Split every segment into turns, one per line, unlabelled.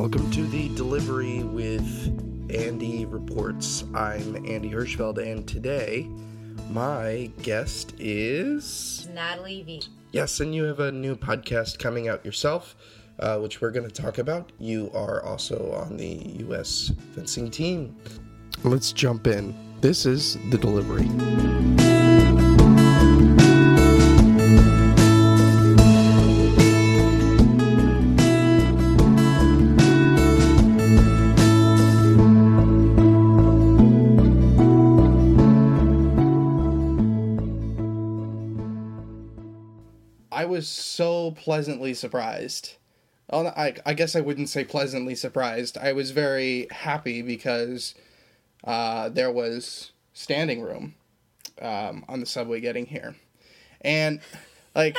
Welcome to the delivery with Andy Reports. I'm Andy Hirschfeld, and today my guest is.
Natalie V.
Yes, and you have a new podcast coming out yourself, uh, which we're going to talk about. You are also on the U.S. fencing team. Let's jump in. This is The Delivery.
I was so pleasantly surprised. Well, I, I guess I wouldn't say pleasantly surprised. I was very happy because uh, there was standing room um, on the subway getting here. And, like,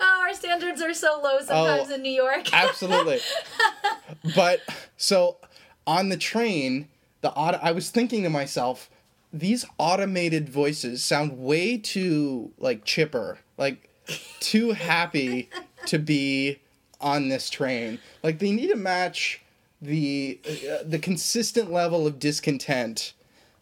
Oh, our standards are so low sometimes
Oh.
in New York.
absolutely. but, so on the train, the auto- I was thinking to myself, these automated voices sound way too, like, chipper. Like, too happy to be on this train. Like they need to match the uh, the consistent level of discontent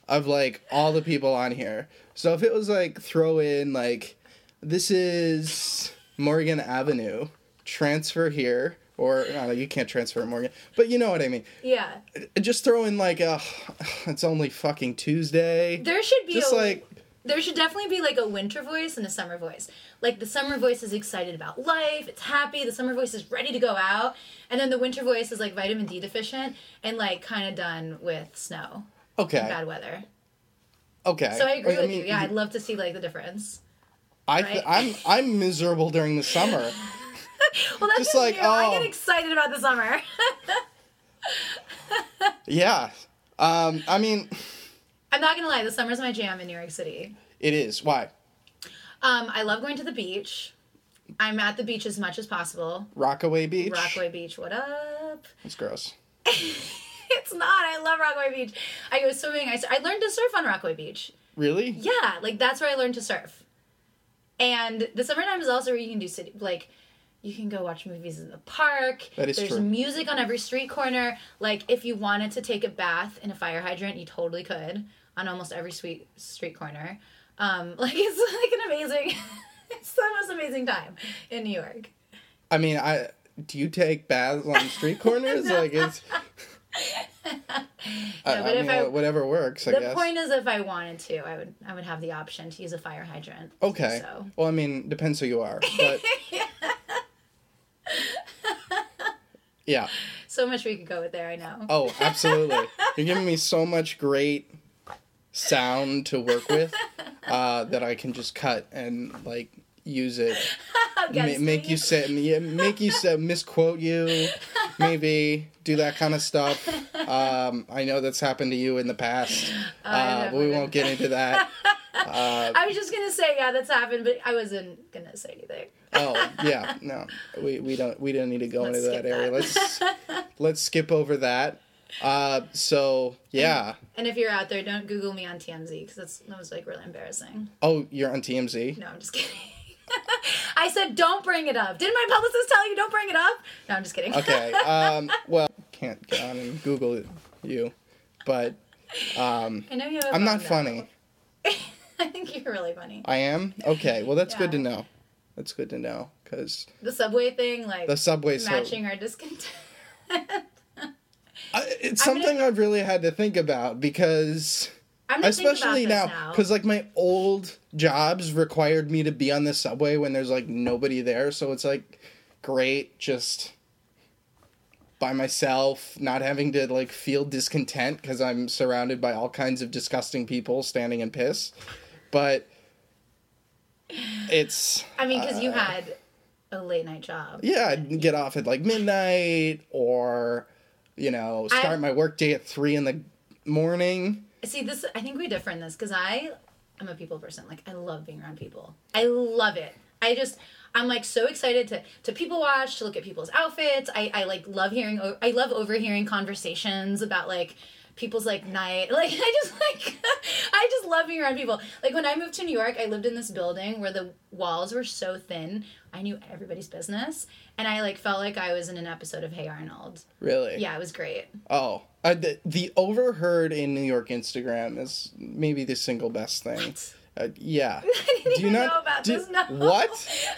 of like all the people on here. So if it was like throw in like this is Morgan Avenue, transfer here or no, you can't transfer to Morgan, but you know what I mean.
yeah.
Just throw in like uh it's only fucking Tuesday.
There should be
Just
a
like
there should definitely be like a winter voice and a summer voice. Like the summer voice is excited about life, it's happy, the summer voice is ready to go out, and then the winter voice is like vitamin D deficient and like kind of done with snow, and
okay.
bad weather.
Okay.
So I agree with
mean,
you. Yeah, I'd love to see like the difference.
I th- I'm
right?
I'm miserable during the summer.
Well, that's
Just
just
like,
you. I
oh.
get excited about the summer.
Yeah. Um, I mean,
I'm not gonna lie, the summer's my jam in New York City.
it is. Why?
Um, I love going to the beach. I'm at the beach as much as possible.
Rockaway Beach?
Rockaway Beach, what up?
It's gross.
It's not. I love Rockaway Beach. I go swimming. I, s- I learned to surf on Rockaway Beach.
Really?
Yeah, like that's where I learned to surf. And the summertime is also where you can do city, like, you can go watch movies in the park.
That is
There's
true.
music on every street corner. Like, if you wanted to take a bath in a fire hydrant, you totally could on almost every sweet street corner. Um, like, it's like an amazing, it's the most amazing time in New York.
I mean, I do you take baths on street corners? Like it's I,
No,
I
but if
mean,
I-
whatever works, I
The
guess.
point is, if I wanted to, I would I would have the option to use a fire hydrant.
okay.
So
Well, I mean, depends who you are, but Yeah.
so much we could go with there. I know.
Oh, absolutely. You're giving me so much great sound to work with uh, that I can just cut and like use it Ma-
Against
make
me.
you say yeah, make you say misquote you maybe do that kind of stuff um, i know that's happened to you in the past
I
uh,
know
but we
it.
won't get into that uh,
I was just gonna say yeah, that's happened, but I wasn't gonna say anything.
oh yeah no we, we don't we don't need to go
Let's
into
skip
that area
that.
let's let's skip over that uh, so yeah
And if you're out there, don't Google me on TMZ because that's that was like really embarrassing.
oh you're on tmz
No, I'm just kidding. I said don't bring it up. Didn't my publicist tell you don't bring it up? No, I'm just kidding.
okay um, well can't get on and google it, you but
I know you. Have a
i'm not
phone
funny
now. I think you're really funny.
i am okay well that's good to
Yeah.
know that's good to know because
The subway thing, like
the subway so
matching our discontent.
I, it's
I'm gonna-
something I've really had to think about because
I'm gonna think about
especially
this
now because like my old jobs required me to be on the subway when there's like nobody there so it's like great just by myself not having to like feel discontent because i'm surrounded by all kinds of disgusting people standing in piss but it's
I mean, because you
uh,
had a late night job.
yeah, I'd get off at like midnight or, you know, start
I-
my work day at three in the morning.
See, this I think we differ in this because I am a people person. Like I love being around people. I love it. I just I'm like so excited to to people watch, to look at people's outfits. I I like love hearing. o- I love overhearing conversations about like people's like night. Like I just like I just love being around people. Like when I moved to New York, I lived in this building where the walls were so thin. I knew everybody's business, and I like felt like I was in an episode of Hey Arnold.
Really?
Yeah, it was great.
Oh, I, the, the overheard in New York Instagram is maybe the single best thing. Uh, yeah.
I didn't
Do you
even
not-
know about
do-
this. No.
What?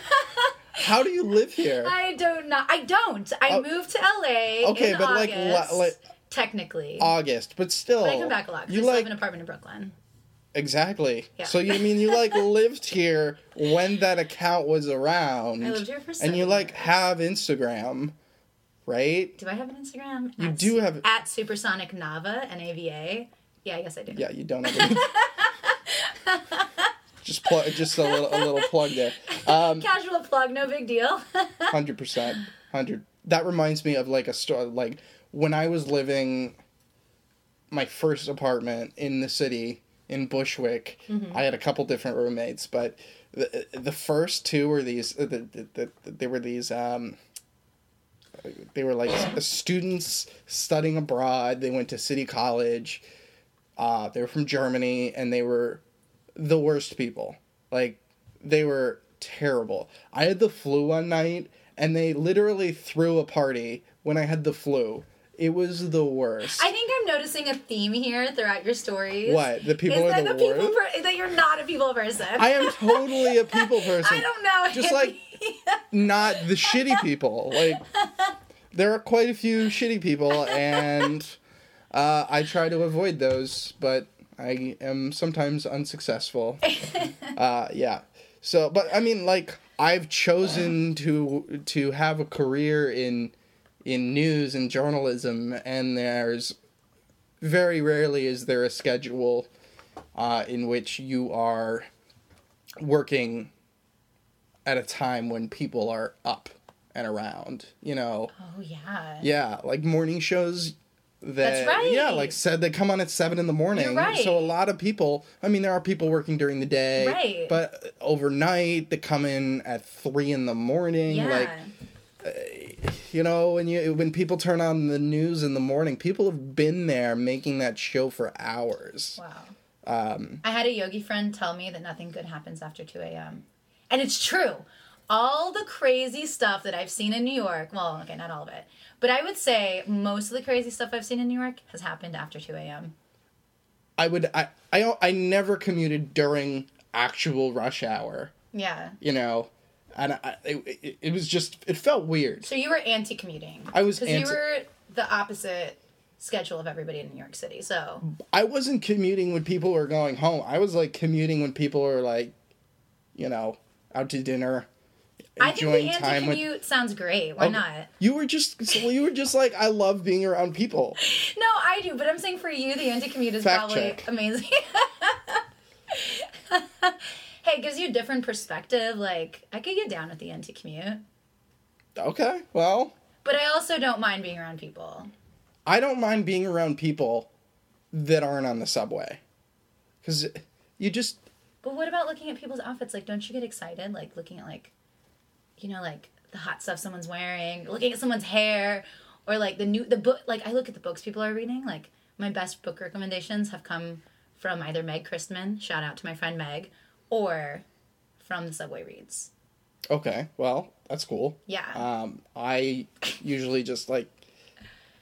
How do you live here?
I don't know. I don't. I
Oh.
moved to LA.
Okay,
in
but, like,
August,
la- like-
technically.
August, but still.
but I come back a lot. 'cause
You
I still
like
have an apartment in Brooklyn.
exactly.
Yeah.
So you mean you like lived here when that account was around?
I lived here for
And
seven
you like
years.
have Instagram, right?
Do I have an Instagram?
You
At
do
su-
have-
at Supersonic Nava N A V A. Yeah, I guess I do.
Yeah, you don't have. just plug, just a little, a little plug there. Um,
Casual plug, no big deal.
hundred percent, hundred. That reminds me of like a story. Like when I was living my first apartment in the city in Bushwick, I had a couple different roommates, but the the first two were these. uh, The, the, the, they were these. Um, they were like students studying abroad. They went to city college. Uh, they were from Germany, and they were the worst people. Like they were terrible. I had the flu one night, and they literally threw a party when I had the flu. It was the worst.
I think I'm noticing a theme here throughout your stories.
What? The people
is
are
that
the
people
worst?
per- that you're not a people person.
I am totally a people person.
I don't know.
Just like not the shitty people. Like there are quite a few shitty people, and uh, I try to avoid those, but I am sometimes unsuccessful. uh, yeah. So, but I mean, like I've chosen to to have a career in in news and journalism, and there's very rarely is there a schedule uh, in which you are working at a time when people are up and around. You know,
oh yeah.
yeah, like morning shows. That,
That's right.
Yeah, like said, they come on at seven in the morning.
You're right.
So a lot of people. I mean, there are people working during the day,
Right.
But overnight, they come in at three in the morning.
Yeah.
Like you know, when you when people turn on the news in the morning, people have been there making that show for hours.
wow. Um, I had a yogi friend tell me that nothing good happens after 2 a.m. And it's true. All the crazy stuff that I've seen in New York, well, okay, not all of it, but I would say most of the crazy stuff I've seen in New York has happened after 2 a.m.
I would I, I don't- I never commuted during actual rush hour,
Yeah.
you know, and I, it, it- it was just it felt weird.
So you were anti commuting.
I was
Because you
anti-
were the opposite schedule of everybody in New York City. So
I wasn't commuting when people were going home. I was like commuting when people were like, you know, out to dinner,
I think the
enjoying
anti
time with.
commute sounds great. Why
Oh,
not?
You were just so you were just like I love being around people.
No, I do, but I'm saying for you, the anti commute is
Fact
probably
check.
amazing. hey, it gives you a different perspective. Like, I could get down with the anti commute,
Okay, well,
but I also don't mind being around people.
I don't mind being around people that aren't on the subway, because you just
But what about looking at people's outfits? Like, don't you get excited? Like, looking at, like, you know, like the hot stuff someone's wearing, looking at someone's hair, or like the new, the book. Like, I look at the books people are reading. Like, my best book recommendations have come from either Meg Christman, shout out to my friend Meg, or from the Subway Reads.
Okay, well, that's cool.
Yeah.
Um, I usually just like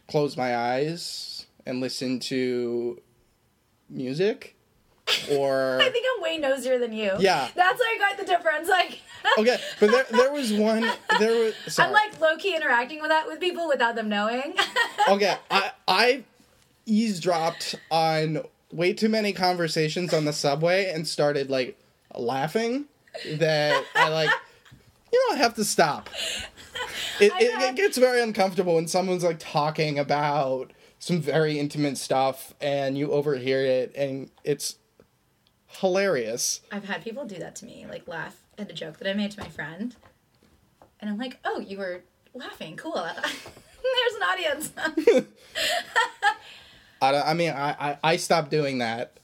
close my eyes and listen to music, or
I think I'm way nosier than you.
Yeah.
That's how I got the difference. Like,
okay, but there there was one there was sorry.
I'm like low key interacting with that with people without them knowing.
okay, I I eavesdropped on way too many conversations on the subway and started like laughing that I like you know I have to stop. It,
I
it,
know.
it gets very uncomfortable when someone's like talking about some very intimate stuff and you overhear it and it's hilarious.
I've had people do that to me, like laugh at a joke that I made to my friend. And I'm like, oh, you were laughing. Cool. There's an audience.
I, don't- I mean, I, I, I stopped doing that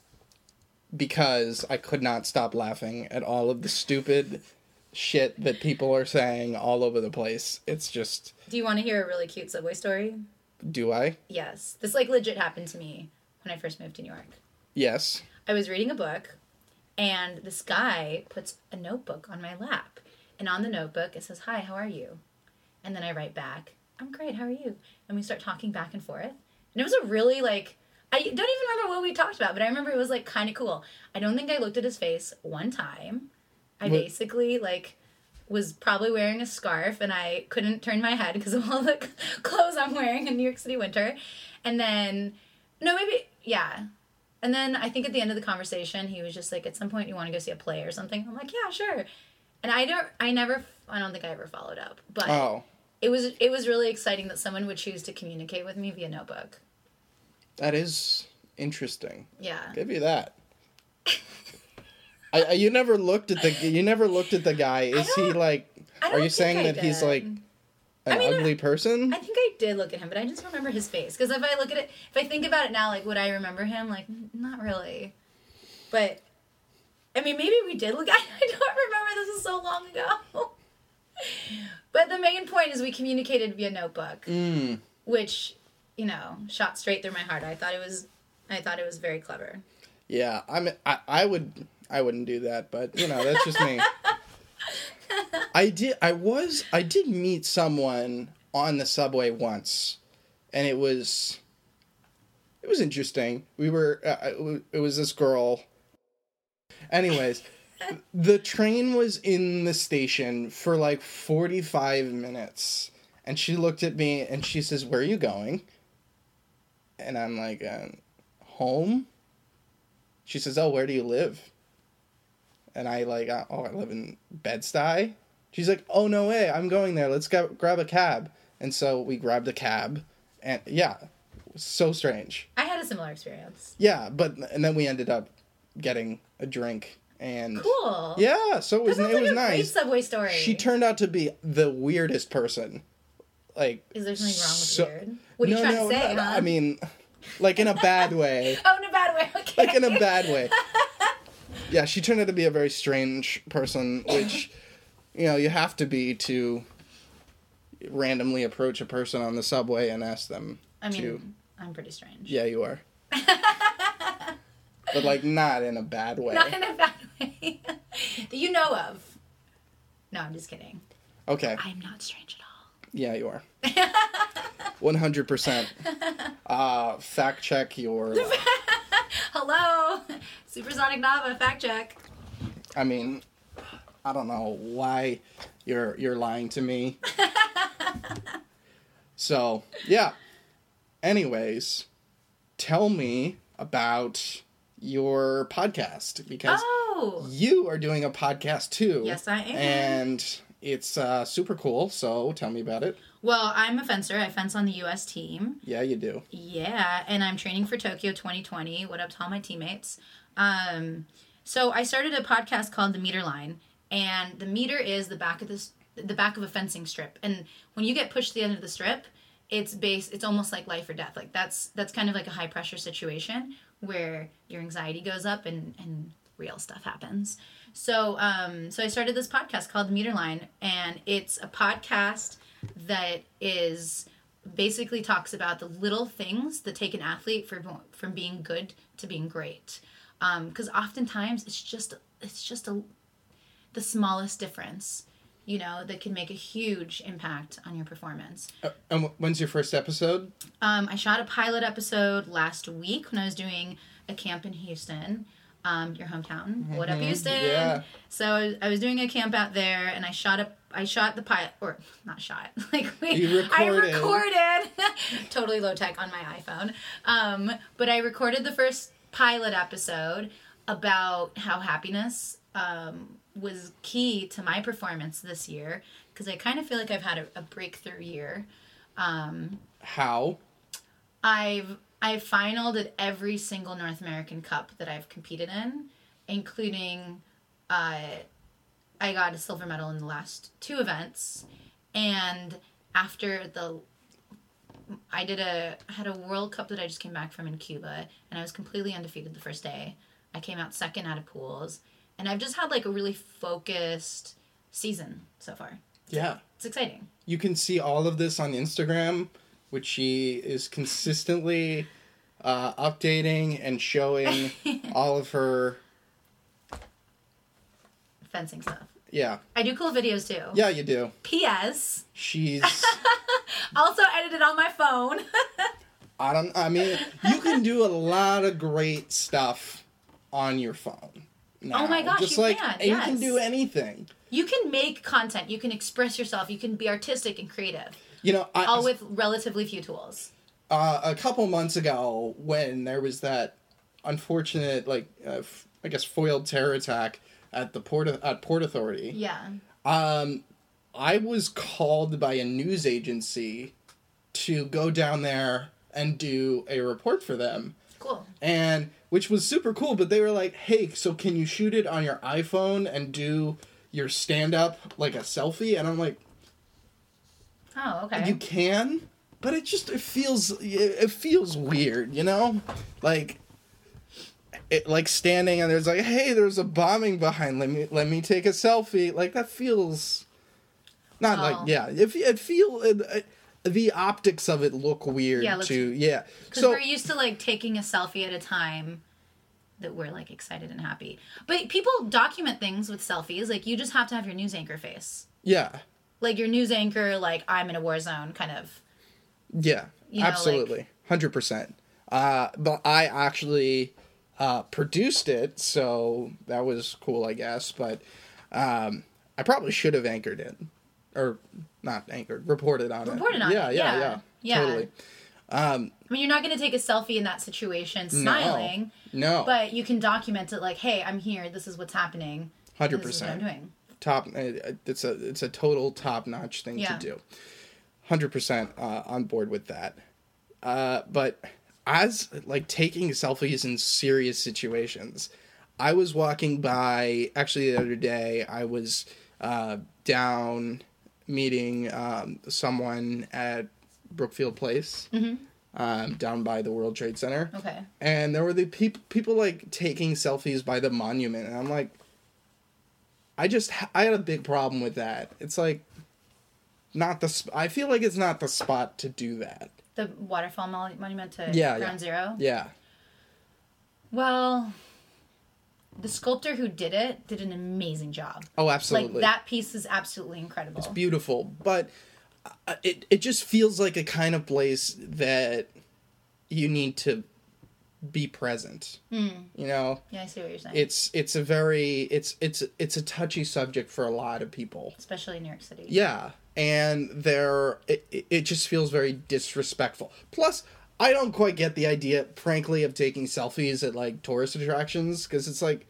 because I could not stop laughing at all of the stupid shit that people are saying all over the place. It's just,
do you want to hear a really cute subway story?
do I?
Yes. This like legit happened to me when I first moved to New York.
Yes.
I was reading a book, and this guy puts a notebook on my lap. And on the notebook, it says, Hi, how are you? And then I write back, I'm great, how are you? And we start talking back and forth. And it was a really like, I don't even remember what we talked about, but I remember it was like kind of cool. I don't think I looked at his face one time. I
What-
basically like was probably wearing a scarf and I couldn't turn my head because of all the clothes I'm wearing in New York City winter. And then, no, maybe, yeah. And then I think at the end of the conversation, he was just like, at some point, you want to go see a play or something? I'm like, yeah, sure. And I don't, I never, I don't think I ever followed up, but
Oh,
it was, it was really exciting that someone would choose to communicate with me via notebook.
that is interesting.
Yeah.
Give you that. I, I you never looked at the you never looked at the guy. Is he
don't-
like?
I
Are you
don't
saying
think I
that he's
did.
like an
mean,
ugly person?
I think I did look at him, but I just remember his face. Because if I look at it, if I think about it now, like, would I remember him? Like, n- not really. But, I mean, maybe we did look. I, I don't remember. This is so long ago. but the main point is we communicated via notebook,
Mm.
which, you know, shot straight through my heart. I thought it was, I thought it was very clever.
Yeah, I mean, I, I would, I wouldn't do that, but you know, that's just me. I did, I was, I did meet someone on the subway once, and it was, it was interesting. We were, uh, it wa- it was this girl. Anyways, the train was in the station for like forty-five minutes, and she looked at me and she says, "Where are you going?" And I'm like, um, "Home." She says, "Oh, where do you live?" And I like, uh, "Oh, I live in Bed-Stuy." She's like, "Oh no way, I'm going there. Let's go grab a cab." And so we grabbed a cab, and yeah, so strange.
I had a similar experience.
Yeah, but and then we ended up getting a drink and
Cool.
yeah, so it was
That sounds
it
like
was
a great
nice.
subway story.
She turned out to be the weirdest person. Like,
Is there something wrong with
so-
weird? What are you trying to say?
no,
huh?
I mean, like in a bad way.
oh, in a bad way. Okay.
like in a bad way. Yeah, she turned out to be a very strange person, which you know you have to be to randomly approach a person on the subway and ask them.
I mean,
to,
I'm pretty strange.
yeah, you are, but like not in a bad way.
Not in a bad way. that you know of. No, I'm just kidding.
Okay,
I'm not strange at all.
yeah, you are. One hundred percent. Uh Fact check your.
Hello, Supersonic Nava. Fact check.
I mean, I don't know why you're you're lying to me. so yeah. Anyways, tell me about your podcast because
Oh,
you are doing a podcast too.
Yes, I am.
And it's uh, super cool. So tell me about it.
well, I'm a fencer. I fence on the U.S. team.
Yeah, you do.
Yeah, and I'm training for Tokyo 2020. What up to all my teammates? Um, so I started a podcast called The Meter Line, and the meter is the back of this the back of a fencing strip. And when you get pushed to the end of the strip, it's base it's almost like life or death. Like that's that's kind of like a high pressure situation where your anxiety goes up and and real stuff happens. So um so I started this podcast called The Meter Line, and it's a podcast that is basically talks about the little things that take an athlete from from being good to being great. Because Um, oftentimes it's just it's just a the smallest difference, you know, that can make a huge impact on your performance.
Uh, and wh- when's your first episode?
Um, I shot a pilot episode last week when I was doing a camp in Houston, um, your hometown. What up, Houston?
Mm-hmm. Yeah.
So I was, I was doing a camp out there, and I shot a I shot the pilot, or not shot, like we,
You recorded.
I recorded, totally low tech on my iPhone. Um, but I recorded the first pilot episode about how happiness um, was key to my performance this year because I kind of feel like I've had a, a breakthrough year.
How?
I've I finaled at every single North American Cup that I've competed in, including uh, I got a silver medal in the last two events, and after the I did a I had a World Cup that I just came back from in Cuba, and I was completely undefeated the first day. I came out second out of pools, and I've just had like a really focused season so far.
Yeah.
It's exciting.
you can see all of this on Instagram, which she is consistently uh, updating and showing all of her.
Fencing stuff.
Yeah,
I do cool videos too.
yeah, you do.
P.S.
She's.
Also edited on my phone.
I don't. I mean, you can do a lot of great stuff on your phone. now.
Oh my gosh,
Just
you
like
can,
and you can
yes.
do anything.
you can make content. You can express yourself. You can be artistic and creative,
You know, I,
all with relatively few tools.
uh, a couple months ago when there was that unfortunate, like, uh, f- I guess foiled terror attack at the port at Port Authority.
Yeah.
Um, I was called by a news agency to go down there and do a report for them,
Cool.
and which was super cool. But they were like, "Hey, so can you shoot it on your iPhone and do your stand up like a selfie?" And I'm like,
Oh, okay.
you can but it just it feels it, it feels weird you know like it like standing and there's like hey there's a bombing behind let me let me take a selfie like that feels not
Oh.
like yeah if it, feel it, it- the optics of it look weird
Yeah, it looks-
too yeah
Because
so
we're used to like taking a selfie at a time that we're like excited and happy. But people document things with selfies. Like you just have to have your news anchor face.
yeah
Like your news anchor, like I'm in a war zone kind of.
Yeah,
know, like-
absolutely, hundred percent. Uh, but I actually uh, produced it, so that was cool, I guess. But um, I probably should have anchored it, or not anchored, reported on it.
Reported on
yeah,
it,
Yeah,
yeah,
yeah,
yeah.
Totally.
I mean, you're not going to take a selfie in that situation smiling,
No,
but you can document it like, hey, I'm here. This is what's happening.
hundred
This is what I'm
percent.
doing.
Top. uh, It's a it's a total top notch thing
Yeah.
to do. Hundred percent uh, on board with that. Uh, but as like taking selfies in serious situations, I was walking by actually the other day. I was uh, down meeting um, someone at Brookfield Place, um, down by the World Trade Center.
Okay.
And there were the people people like taking selfies by the monument, and I'm like, I just ha- I had a big problem with that. It's like not the sp- I feel like it's not the spot to do that.
The waterfall mon- monument to
Yeah,
Ground
yeah.
Zero.
Yeah.
Well, the sculptor who did it did an amazing job.
Oh, absolutely.
Like that piece is absolutely incredible.
beautiful, but uh, it it just feels like a kind of place that you need to be present.
Hmm.
You know,
yeah, I see what you're saying.
it's it's a very it's it's it's a touchy subject for a lot of people.
especially in New York City.
Yeah, and there it, it- it just feels very disrespectful. Plus, I don't quite get the idea, frankly, of taking selfies at like tourist attractions because it's like,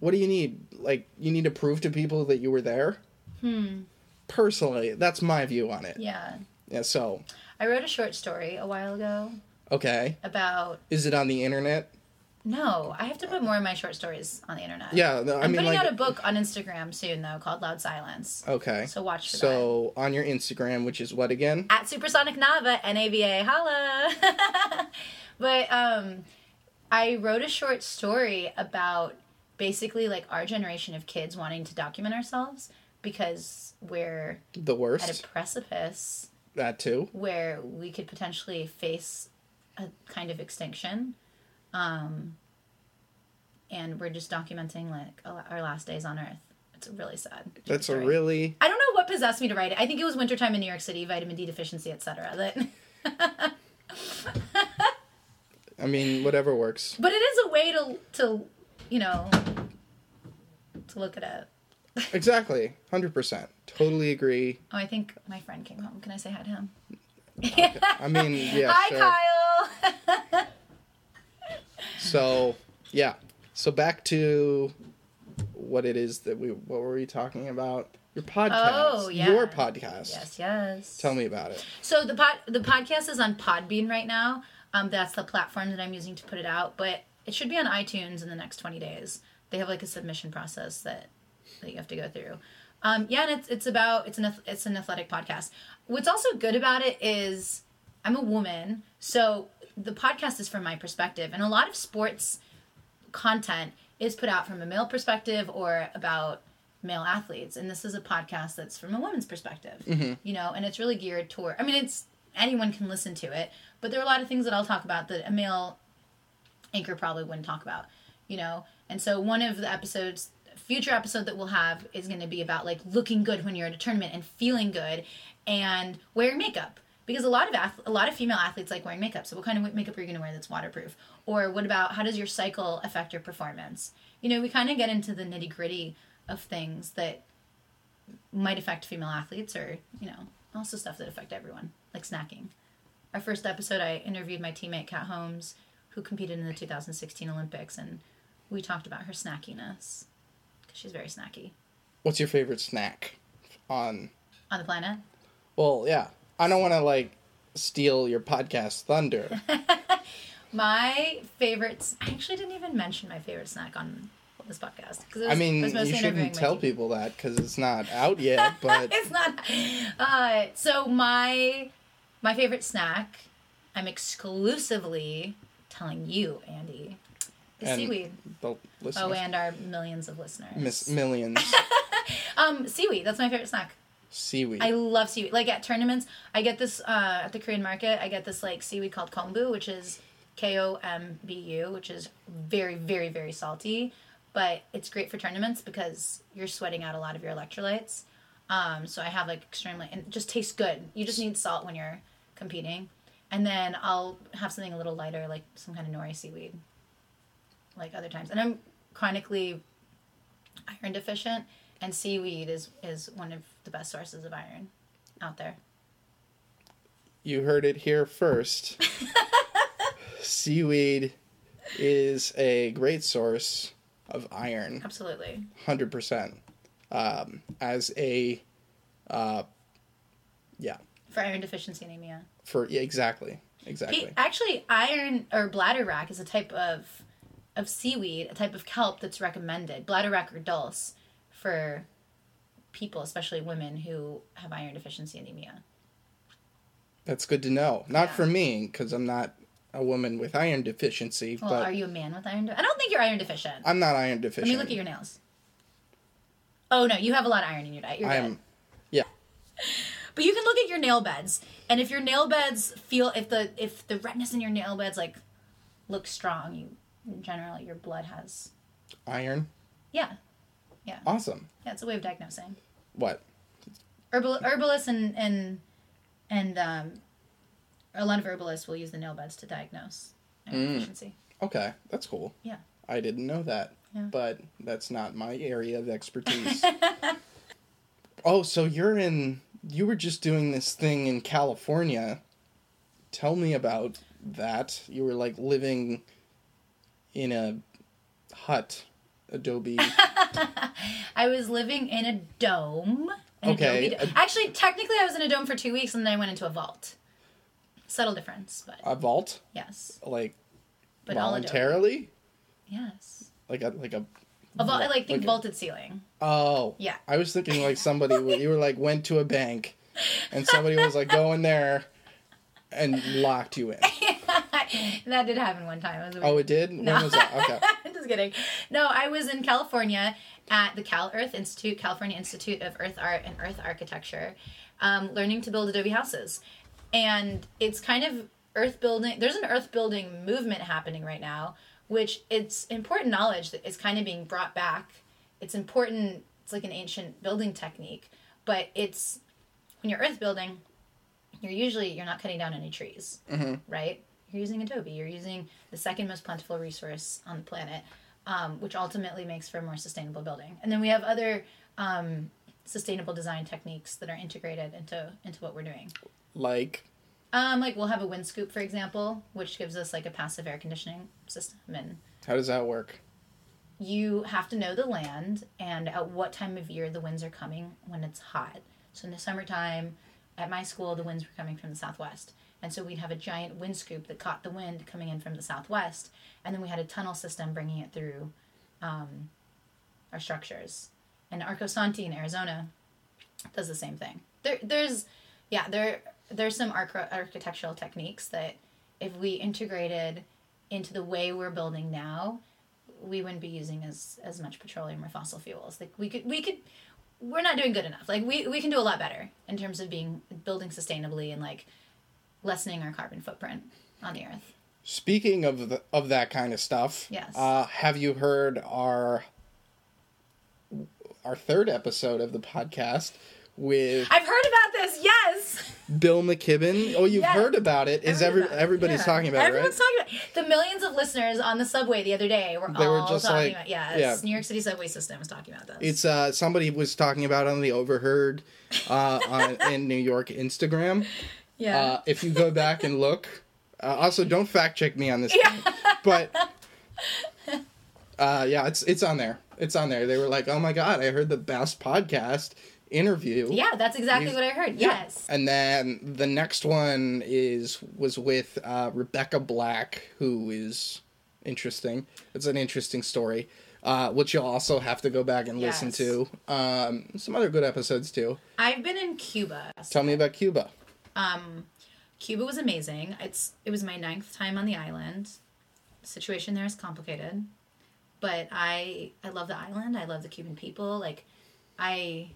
what do you need? Like, you need to prove to people that you were there. Hmm. Personally, that's my view on it. Yeah.
Yeah.
so,
I wrote a short story a while ago
okay,
about
is it on the internet?
no, I have to put more of my short stories on the internet.
Yeah, no, I
I'm
mean
putting
like.
out a book on Instagram soon though called Loud Silence.
Okay.
So watch for
So on your Instagram, which is what again?
At Supersonic Nava, N A V A, holla. but um I wrote a short story about basically like our generation of kids wanting to document ourselves because we're
The
at a
worst.
precipice
That too.
where we could potentially face a kind of extinction. Um, and we're just documenting like a- our last days on Earth. It's really sad. It's
That's a
sorry.
really.
I don't know what possessed me to write it. I think it was wintertime in New York City, vitamin D deficiency, etc. That,
I mean, whatever works.
but it is a way to to you know to look it up.
Exactly. 100%. Totally agree.
Oh, I think my friend came home. Can I say hi to him?
I mean, yeah,
hi,
sure.
Kyle.
So, yeah. So back to what it is that we what were we talking about? Your podcast.
Oh, yeah.
Your podcast.
yes, yes.
Tell me about it.
So the pod the podcast is on Podbean right now. Um, that's the platform that I'm using to put it out, but it should be on iTunes in the next 20 days. They have like a submission process that that you have to go through. Um, yeah, and it's it's about it's an ath- it's an athletic podcast. What's also good about it is I'm a woman, so the podcast is from my perspective, and a lot of sports content is put out from a male perspective or about male athletes and this is a podcast that's from a woman's perspective you know and it's really geared toward i mean it's anyone can listen to it. But there are a lot of things that I'll talk about that a male anchor probably wouldn't talk about, you know. And so one of the episodes, future episode that we'll have is going to be about like looking good when you're at a tournament and feeling good, and wearing makeup because a lot of ath- a lot of female athletes like wearing makeup. So what kind of makeup are you going to wear that's waterproof? Or what about how does your cycle affect your performance? You know, we kind of get into the nitty gritty of things that might affect female athletes, or you know, also stuff that affect everyone, like snacking. Our first episode, I interviewed my teammate Kat Holmes, who competed in the 2016 Olympics, and we talked about her snackiness because she's very snacky
What's your favorite snack? On
on the planet.
well, yeah, I don't want to like steal your podcast thunder.
My favorite. s- I actually didn't even mention my favorite snack on this podcast because
I mean,
was mostly
you
interviewing
shouldn't
my
tell
team.
people that because it's not out yet. But
It's not. Uh, so my my favorite snack. I'm exclusively telling you, Andy, is
and
seaweed.
The listeners,
Oh, and our millions of listeners.
miss millions
um, seaweed. That's my favorite snack.
seaweed.
I love seaweed. Like at tournaments, I get this uh, at the Korean market. I get this like seaweed called kombu, which is K O M B U, which is very, very, very salty, but it's great for tournaments because you're sweating out a lot of your electrolytes. Um, so I have like extremely and it just tastes good. You just need salt when you're competing, and then I'll have something a little lighter, like some kind of nori seaweed, like other times. And I'm chronically iron deficient and seaweed is is one of the best sources of iron out there
You heard it here first. seaweed is a great source of iron.
absolutely
hundred percent. Um, as a, uh, yeah,
for iron deficiency anemia
for yeah, exactly,
Pe-
exactly.
actually iron or bladder rack is a type of of seaweed a type of kelp that's recommended bladder rack or dulse for people especially women who have iron deficiency anemia
That's good to know. Not
Yeah.
for me because I'm not a woman with iron deficiency,
well
but
are you a man with iron de- i don't think you're iron deficient
I'm not iron
let me
deficient.
look at your nails oh no you have a lot of iron in your diet you're good.
I'm, yeah,
But you can look at your nail beds, and if your nail beds feel if the if the redness in your nail beds like looks strong, you in general your blood has
iron,
yeah
awesome.
yeah it's a way of diagnosing.
What?
Herbal herbalists and and and um, a lot of herbalists will use the nail beds to diagnose iron deficiency.
Okay, that's cool.
Yeah.
I didn't know that,
Yeah.
but that's not my area of expertise. oh, so you're in? You were just doing this thing in California. Tell me about that. You were like living in a hut, adobe.
I was living in a dome. An
Okay,
adobe do- Actually, technically, I was in a dome for two weeks, and then I went into a vault. Subtle difference, but
a vault,
yes,
like
but all adobe.
voluntarily,
Yes.
like a like a.
A vault, like think
Okay.
vaulted ceiling.
Oh,
Yeah.
I was thinking like somebody you were like went to a bank, and somebody was like go in there, and locked you in.
that did happen one time. It was a
Oh,
weird-
it did. When was that? Okay.
just kidding. No, I was in California at the Cal Earth Institute, California Institute of Earth Art and Earth Architecture, um, learning to build adobe houses, and it's kind of earth building. There's an earth building movement happening right now, which it's important knowledge that is kind of being brought back. It's important. It's like an ancient building technique, but it's when you're earth building, you're usually you're not cutting down any trees right? You're using Adobe. You're using the second most plentiful resource on the planet, um, which ultimately makes for a more sustainable building. And then we have other um, sustainable design techniques that are integrated into into what we're doing.
Like,
Um, like we'll have a wind scoop, for example, which gives us like a passive air conditioning system and
how does that work?
you have to know the land and at what time of year the winds are coming when it's hot. So in the summertime, at my school, the winds were coming from the southwest. And so we'd have a giant wind scoop that caught the wind coming in from the southwest. And then we had a tunnel system bringing it through um, our structures. And Arcosanti in Arizona does the same thing. There, there's, yeah, there, there's some arch- architectural techniques that if we integrated into the way we're building now, we wouldn't be using as as much petroleum or fossil fuels. Like we could we could we're not doing good enough. Like we we can do a lot better in terms of being building sustainably and like lessening our carbon footprint on the earth.
Speaking of the, of that kind of stuff,
Yes.
Uh, have you heard our our third episode of the podcast with
I've heard about this. Yes.
Bill McKibben? Oh, you've
Yeah.
heard about it. Is every
Everybody-
everybody's
yeah.
talking about
Everyone's
it? Right?
talking about The millions of listeners on the subway the other day were
They were
all
just like-
talking about yes.
yeah.
New York City subway system was talking about this.
It's uh, somebody was talking about it on the overheard uh, on, in New York Instagram.
yeah.
Uh, if you go back and look, uh, also don't fact check me on this,
Yeah.
but uh, yeah, it's it's on there. It's on there. They were like, "Oh my god, I heard the best podcast interview."
yeah, that's exactly
These-
what I heard.
Yeah.
Yes.
And then the next one is was with uh, Rebecca Black, who is interesting. It's an interesting story, uh, which you'll also have to go back and listen
Yes.
to. Um, some other good episodes too.
I've been in Cuba.
Tell me about Cuba.
Cuba was amazing. It's it was my ninth time on the island. Situation there is complicated, but I I love the island. I love the Cuban people. Like, I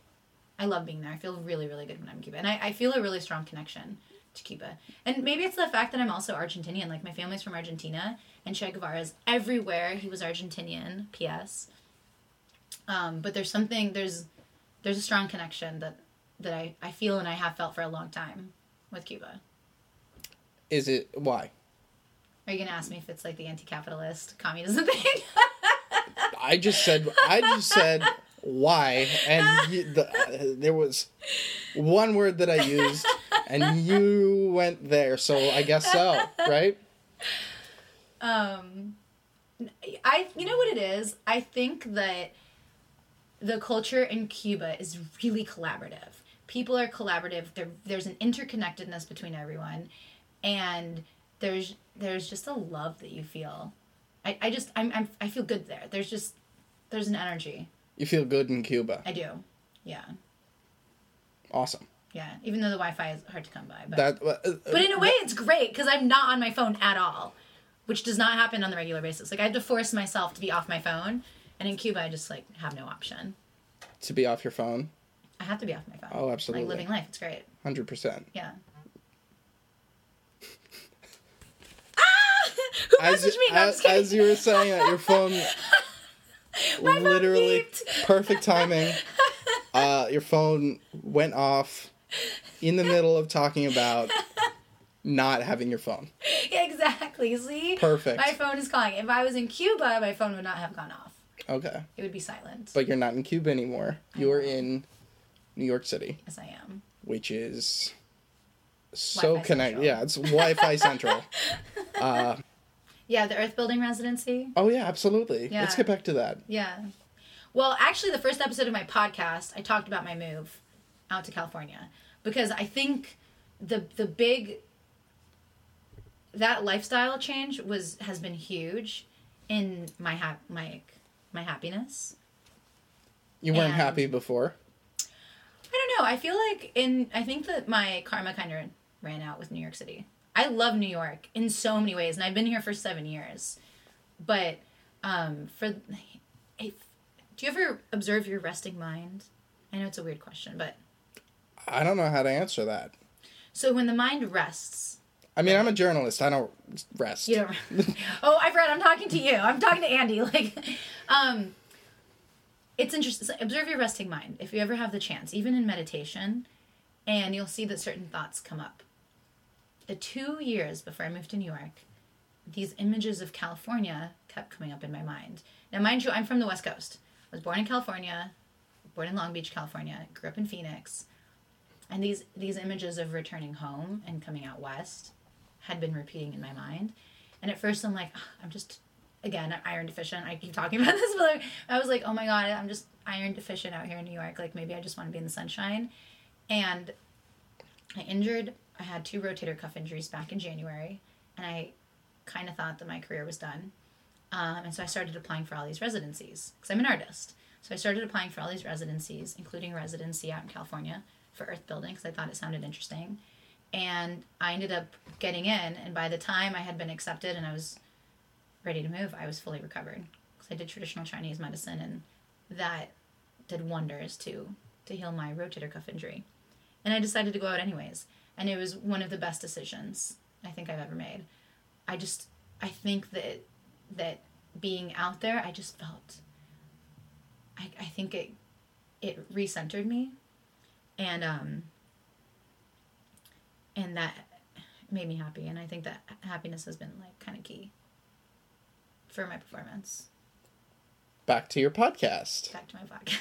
I love being there. I feel really really good when I'm in Cuba, and I, I feel a really strong connection to Cuba. And maybe it's the fact that I'm also Argentinian. Like my family's from Argentina, and Che Guevara's everywhere. He was Argentinian. P.S. Um, but there's something there's there's a strong connection that that I, I feel and I have felt for a long time with Cuba.
Is it why?
Are you gonna ask me if it's like the anti-capitalist communism thing?
I just said I just said why, and you, the, uh, there was one word that I used, and you went there. So I guess so, right?
um, I you know what it is. I think that the culture in Cuba is really collaborative. People are collaborative. There, there's an interconnectedness between everyone, and there's there's just a love that you feel. I, I just I'm, I'm I feel good there. There's just there's an energy.
You feel good in Cuba.
I do. Yeah.
Awesome.
Yeah. Even though the Wi-Fi is hard to come by, but
That. Uh,
But in a way, it's great because I'm not on my phone at all, which does not happen on the regular basis. Like I have to force myself to be off my phone, and in Cuba, I just like have no option.
to be off your phone,
I have to be off my phone.
Oh, absolutely.
Like living life, it's great.
hundred percent.
Yeah. ah! Who messaged me? No, I'm
as,
just kidding.
as you were saying that, your phone
My phone
literally
beeped.
perfect timing. Uh, your phone went off in the middle of talking about not having your phone.
Yeah, exactly. See.
Perfect.
My phone is calling. If I was in Cuba, my phone would not have gone off.
Okay.
It would be silent.
But you're not in Cuba anymore. You are in New York City,
yes, I am.
which is so
Wi-Fi
connected.
central.
Yeah, it's Wi-Fi central. uh,
Yeah, the Earth Building Residency.
oh yeah, absolutely. Let's
Yeah.
get back to that.
Yeah. Well, actually, the first episode of my podcast, I talked about my move out to California because I think the the big that lifestyle change was has been huge in my hap my my happiness.
You weren't
And-
happy before.
I don't know. I feel like in I think that my karma kind of ran out with New York City. I love New York in so many ways, and I've been here for seven years. But um, for if, do you ever observe your resting mind? I know it's a weird question, but
I don't know how to answer that.
so when the mind rests,
I mean, I'm a journalist. I don't rest.
you don't. oh, I forgot. I'm talking to you. I'm talking to Andy. Like, um, it's interesting. So observe your resting mind if you ever have the chance, even in meditation, and you'll see that certain thoughts come up. The two years before I moved to New York, these images of California kept coming up in my mind. Now, mind you, I'm from the West Coast. I was born in California, born in Long Beach, California, grew up in Phoenix, and these these images of returning home and coming out west had been repeating in my mind. And at first, I'm like, "Ugh, I'm just, again, I'm iron deficient. I keep talking about this, but like, I was like, oh my God, I'm just iron deficient out here in New York. Like, maybe I just want to be in the sunshine. And I injured, I had two rotator cuff injuries back in January, and I kind of thought that my career was done. Um, and so I started applying for all these residencies because I'm an artist. So I started applying for all these residencies, including a residency out in California for earth building because I thought it sounded interesting. And I ended up getting in, and by the time I had been accepted and I was ready to move, I was fully recovered because I did traditional Chinese medicine, and that did wonders to to heal my rotator cuff injury. And I decided to go out anyways. and it was one of the best decisions I think I've ever made. I just I think that that being out there, I just felt I, I think it it recentered me and um and that made me happy and I think that happiness has been like kind of key for my performance.
Back to your podcast.
Back to my podcast.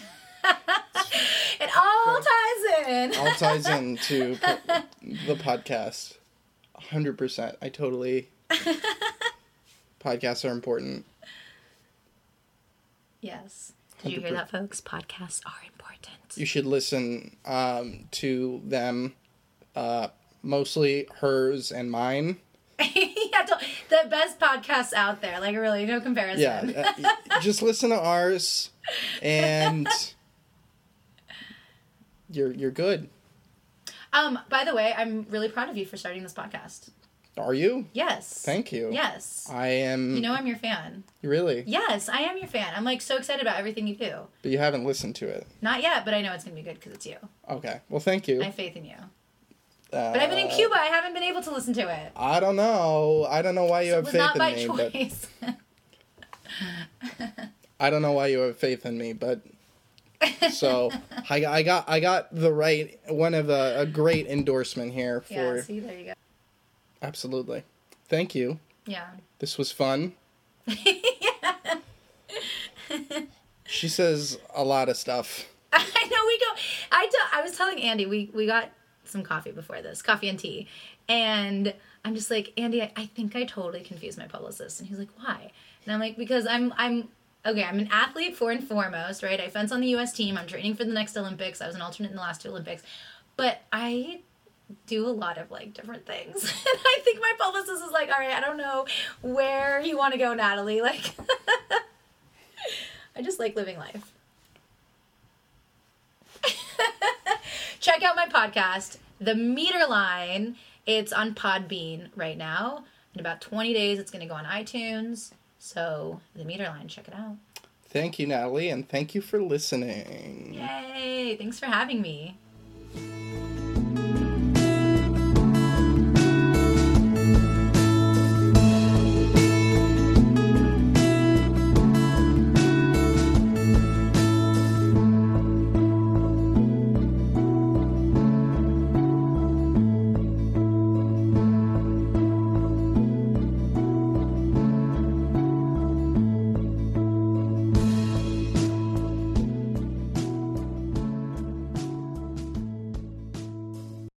it all ties in.
All ties into po- the podcast. 100%. I totally. Podcasts are important.
Yes. Did you hear that, folks? Podcasts are important.
You should listen um, to them, uh, mostly hers and mine.
yeah, don't- the best podcasts out there. Like, really, no comparison.
Yeah, uh, just listen to ours, and you're you're good.
Um. By the way, I'm really proud of you for starting this podcast.
Are you?
Yes.
Thank you.
Yes.
I am.
You know, I'm your fan.
really,
Yes, I am your fan. I'm like so excited about everything you do.
but you haven't listened to it.
Not yet, but I know it's gonna be good because it's you.
Okay. Well, thank you.
I have faith in you. But I've been in
Uh,
Cuba. I haven't been able to listen to it.
I don't know. I don't know why you
It
have
was
faith
not
in
by
me, but
choice.
I don't know why you have faith in me, but so I, I got I got the right one of a, a great endorsement here for
yeah. See, there you go.
absolutely. Thank you.
Yeah.
This was fun. she says a lot of stuff.
I know we go. I tell- I was telling Andy we we got some coffee before this, coffee and tea, and I'm just like Andy, I, I think I totally confused my publicist, and he's like, why? And I'm like, because I'm I'm okay. I'm an athlete for and foremost, right? I fence on the U.S. team. I'm training for the next Olympics. I was an alternate in the last two Olympics, but I do a lot of like different things. and I think my publicist is like, all right, I don't know where you want to go, Natalie. Like, I just like living life. Check out my podcast, The Meter Line. It's on Podbean right now. In about 20 days, it's going to go on iTunes. So, The Meter Line, check it out.
Thank you, Natalie, and thank you for listening.
Yay! Thanks for having me.